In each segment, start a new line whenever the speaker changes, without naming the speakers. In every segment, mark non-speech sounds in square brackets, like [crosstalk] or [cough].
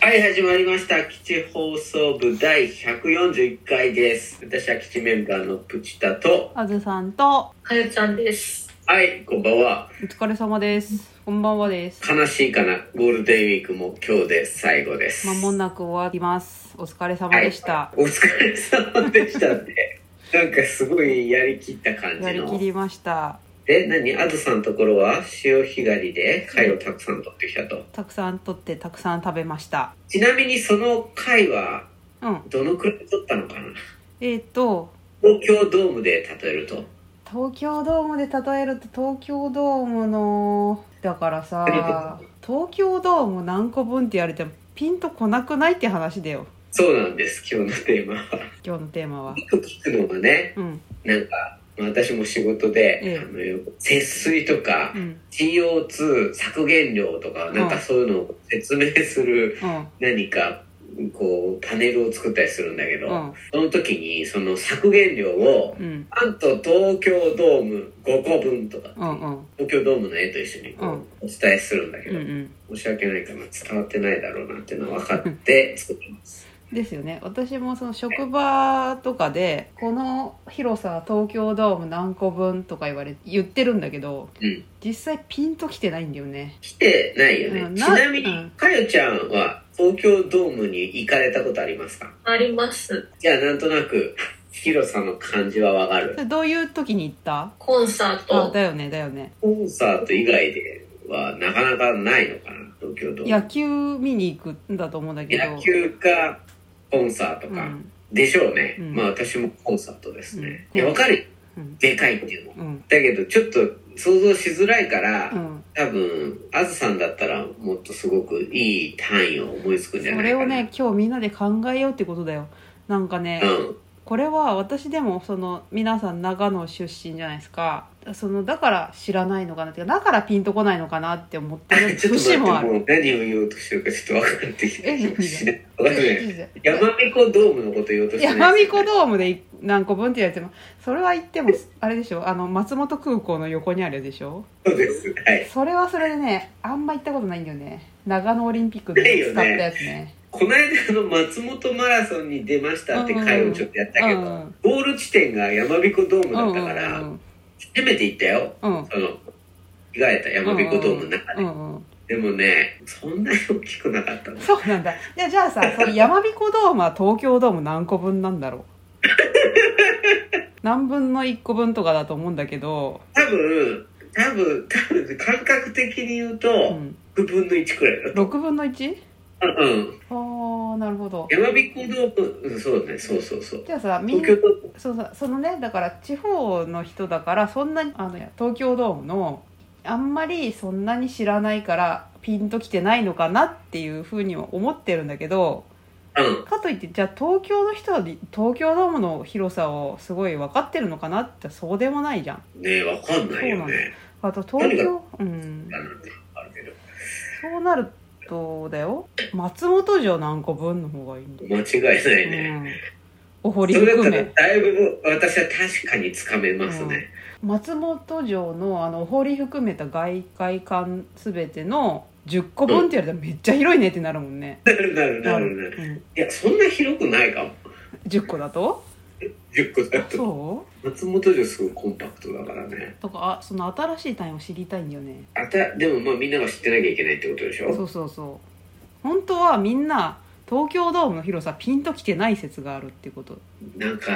はい、始まりました。基地放送部第141回です。私は基地メンバーのプチタと、
あずさんと
かよちゃんです。
はい、こんばんは。
お疲れ様です。こんばんはです。
悲しいかな。ゴールデンウィークも今日で最後です。
まもなく終わります。お疲れ様でした。
お疲れ様でした
[laughs]
って。なんかすごいやりきった感
や
じ
り
の
き。りました。
で、何あずさんのところは潮干狩りで貝をたくさん取ってきたと。
たくさん取ってたくさん食べました。
ちなみにその貝は
うん。
どのくらい取ったのかな
えっ、と
東京ドームで例えると。
東京ドームで例えると東京ドームのだからさ東京ドーム何個分ってやるとピンとこなくないって話だよ。
そうなんです、今日のテーマは。 [laughs]
今日のテーマは。
よく聞くのがね、
うん
なんか、まあ私も仕事で、
ええ
あのよく節水とか、
うん
CO2 削減量とか、なんかそういうのを説明する
うん
何か、こう、パネルを作ったりするんだけど、
うん
その時に、その削減量を、
うん
なんと東京ドーム5個分とか、
うんうん
東京ドームの絵と一緒にこう
うん
お伝えするんだけ
うん
ど、
うん。
申し訳ないかな、伝わってないだろうなっていうのは分かって作ってます。
ですよね私もその職場とかでこの広さ東京ドーム何個分とか言われ言ってるんだけど
うん。
実際ピンときてないんだよね
来てないよね、
うん
ち
な
なみ
う
に
ん
かよちゃんは東京ドームに行かれたことありますか
あります。
じゃあなんとなく広さの感じはわか
そ
る
れどういう時に行った
コンサー
あ
ト。
だよねだよね
コンサート以外ではなかなかないのかな東京ドーム
野球見に行くんだと思うんだけど
野球かコンサート
う
か、
ん
でしょうね、
うん
まあ私もコンサートですね、
うん
いやわかるよ
うん
でかいっていうのだ
うん
けどちょっと想像しづらいから、
うん
多分あずさんだったらもっとすごくいい単位を思いつくん
そ
じゃない
れ
かな
をね今日みんなで考えようってことだよなんかね、
うん
これは私でもその皆さん長野出身じゃないですかそのだから知らないのかなっていうかだからピンとこないのかなって思って
[laughs]
る
ちょっと待って、
節もある
もう何を言おうとしてるかちょっと分かってきて
え
きましない。
い
分かんない。山彦ドームのこと言おうとして
やま
ない
びこドームで何個分ってやつもそれは言ってもあれでしょあの松本空港の横にあるやつでしょ
そうです。はい。
それはそれでねあんま行ったことないんだよね長野オリンピックで使ったやつね
この間の松本マラソンに出ましたって会をちょっとやったけど、
うんうん
ゴール地点が山彦ドーム
う
だ
ん
っ
う
た
ん
か
う
ら、
ん
初めて行ったよ。
うん
その、着替えた山彦ドームの中で。
うんうん
でもね、そんなに大きくなかったの。
そうなんだじゃあじゃあさその山彦ドームは東京ドーム何個分なんだろう何分の1個分とかだと思うんだけど、
多分、多分、多分、感覚的に言うと、
うん、
6分の1くらいだと。
6分の 1?
うんうん。
ああなるほど
山彦ドーム、うんそうね、そうそうそう。
じゃあさみん
東
な
京ドーム
そうそうそのねだから地方の人だからそんなにあの東京ドームのあんまりそんなに知らないからピンときてないのかなっていうふうには思ってるんだけど
うん。
かといってじゃあ東京の人は東京ドームの広さをすごい分かってるのかなってそうでもないじゃん
ねえ、わかんないよね。
あと東京うん
あのあるけど。
そうなるとだよ松本城何個分の方がいいんだよ、
間違いないね。
うん、お堀
それだ
含
ったら
め、
だいぶ私は確かにつかめますね。
松本城のあのお堀含めた外界館全ての10個分って言われたらめっちゃ広いねってなるもんね、
なるなるなるなる。いや、そんな広くないかも。
うん、10個だと
10個だと。
そ
松本城すごいコンパクトだからね。
うとかあその新しい単位を知りたいんだよね
あた、でもまあみんなが知ってなきゃいけないってことでしょ
そうそうそう本当はみんな東京ドームの広さピンときてない説があるってこと
なんか、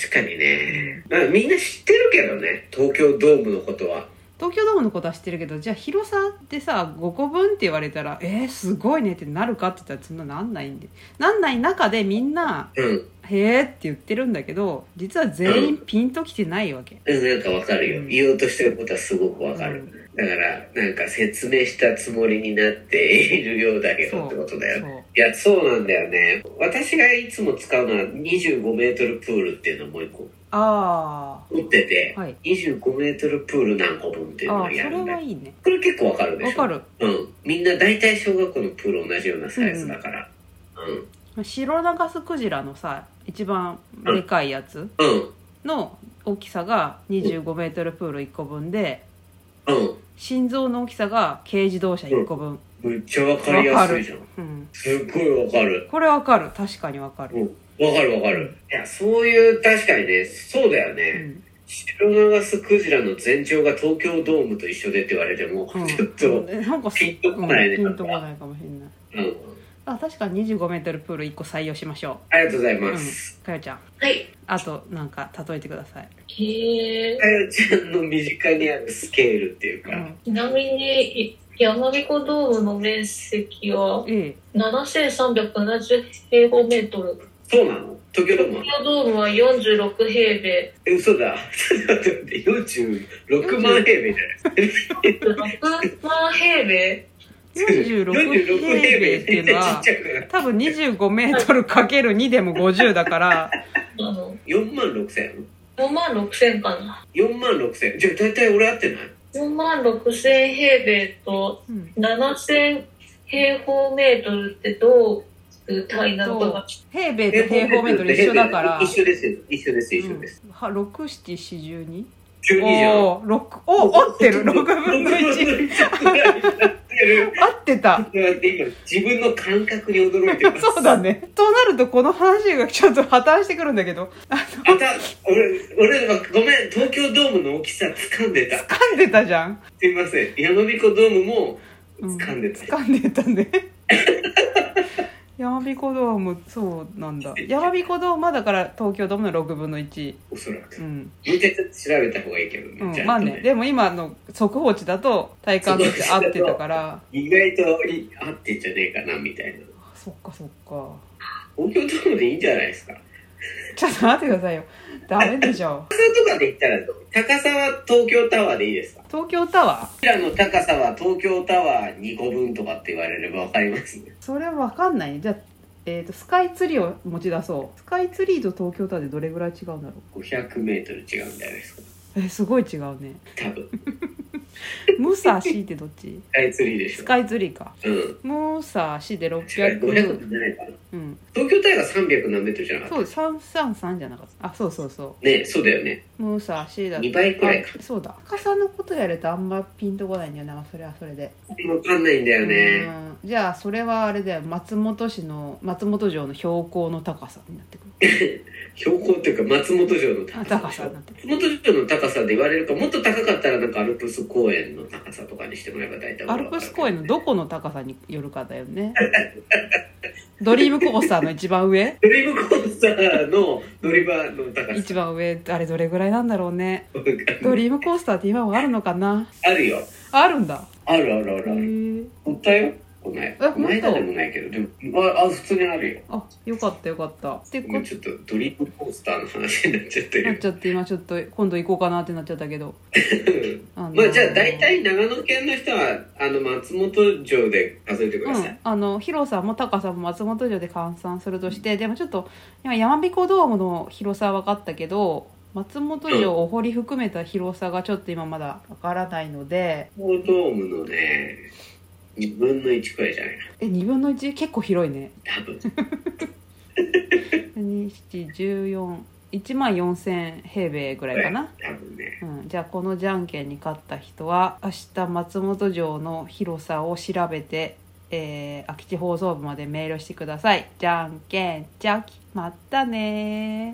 確かにね。まあみんな知ってるけどね。東京ドームのことは。
東京ドームのことは知ってるけどじゃあ広さってさ5個分って言われたらえー、すごいねってなるかって言ったらそんななんないんでなんない中でみんな
うん。
へえって言ってるんだけど実は全員ピンときてないわけ、
うんなんかわかるよ。
うん
言おうとしてることはすごくわかる。だから、なんか説明したつもりになっているようだけどってことだよね
そう
いや、そうなんだよね。私がいつも使うのは25メートルプールっていうのをもう一個
あ
打ってて、
あはい
25メートルプール何個分っていう
あ
の
あ
を
そ
やるん
れ
だ
は
よ。
いいね
これ結構わかるで
わ
しょ
かる
うん。みんな大体小学校のプール同じようなサイズだから。う
白長スクジラのさ一番でかいやつ
ん。うん。
の大きさが2 5ルプール1個分で
うん。
心臓の大きさが軽自動車1個分
めっちゃわかりやすいじゃん。
うん、
すっごいわかる。
これわかる確かにわかる、
うん。わかるわかる。いや、そういう、確かにね、そうだよ
う
ね。
ん
シロナガスクジラの全長が東京ドームと一緒でって言われても、
うん、
ちょっと、
なんか
ピンとこないね
うんピンとこないかもしれない
うん。
あ確かに 25m プール1個採用しましょ、
ありがとうございう
うん
ます。、
かよちゃん
はい。
あとなんか例えてください、
へえ
かよちゃんの身近にあるスケールっていう
う
か、
ん、
ちなみに、い山彦ドームの面積は
ええ
7370平方メートル。
そうなの東京ドームは
東京ドームは46平米。
え、嘘だ。 [laughs] ちょっと待って待って、46万平米じゃない
6万平米
46
46
平米っていうのは
ちっちゃくない
多分 25m×2 でも50だ
[laughs]
から
なの。
4万6千
4万6千かな。
4万6千じゃあ大体俺合ってない
4万6千平米と
うん
7000平方メートルってどういう単位なのかが
平米と平方メートル一緒だから
一緒ですよ一緒です一緒です、
は六七四十二。
12じゃん
おお、六、お、合ってる、六分の一。
1合ってる
合ってた。
ちょっと待 [laughs] って今自分の感覚に驚いてます
[laughs] そうだね。となると、この話がちょっと破綻してくるんだけど。
あた俺俺はごめん東京ドームの大きさ掴んでた
噛んでたじゃん。
すいません山彦ドームも
うん
掴んでた、
噛んでたね。やまびこドーム、そうなんだ。やまびこドームはだから、東京ドームの六分の一。
おそらく
う
も
ん。
う一回ちょっと調べた方がいいけど、
う
ちゃ
ん、
ん
まあ
と
ね、でも今の速報値だと、体感として合ってたから。
意外とい合ってんじゃねえかなみたいな
そっか、そっか。
東京ドームでいいんじゃないですか
ちょっと待ってくださいよ。ダメでしょ。
高さとかで言ったらどう高さは東京タワーでいいですかこ
東京タワー。
ちらの高さは東京タワー2個分とかって言われればわかりますね
それわかんないねじゃあ、えー、とスカイツリーを持ち出そうスカイツリーと東京タワーでどれぐらい違うんだろ
500m 違うんじゃないですか
うえすごい違うね
多分
ムサシってどっち
スカイツリーでし
ス
ょ
カイツリーか
うん
ムサシで
違う
600
500じゃないかな
うん
東京タワーが300何メートルじゃなかっ
そう333じゃなかったあそうそうそ
たねそうだよね
うムサシだ
2倍くらいか
あそうだ高さのことやるとあんまピンとこないんだよなそれはそれで
わかんないんだよね
うんじゃあそれはあれだよ松本市の松本城の標高の高さになってくる
標高っていうか松本城の
あ
高さ
高さにな
[laughs]
ってくる
松本城の高さで言われるかもっと高かったらなんかアルプス公園の高さとかにしてもらえば大体
アルプス公園の
ど
どこの高さによるかだよねドリームコースターの一番上
ドリームコースターの乗り場の高さ
一番上あれどれぐらいなんだろうね
わかんない
ドリームコースターって今もあるのかな
あるよ
あるんだ
あるあるあるあ
へ
る
え
乗ったよこの前
え
この間でもないけどでもああ普通にあるよ
あよかったよかったって
ごめ
こ
んちょっとドリームコースターの話になっちゃった
なっ [laughs]
け
ちゃって今ちょっと今度行こうかなってなっちゃったけど
ど
あの
[laughs] まあじゃあ大体長野県の人はあの松本城で数えてく
う
ださい
ん、あの広さも高さも松本城で換算するとしてでもちょっと今山彦ドームの広さは分かったけど松本城お堀含めた広さがちょっと今まだ分からないので
東京ドームのね2分の1くらいじゃないか
え2分の1結構広いね
な多分
2714万4000平米ぐらいかな、
多分ね
うん、じゃあこのじゃんけんに勝った人は明日松本城の広さを調べて、えー空き地放送部までメールしてくださいじゃんけんチャキまったねー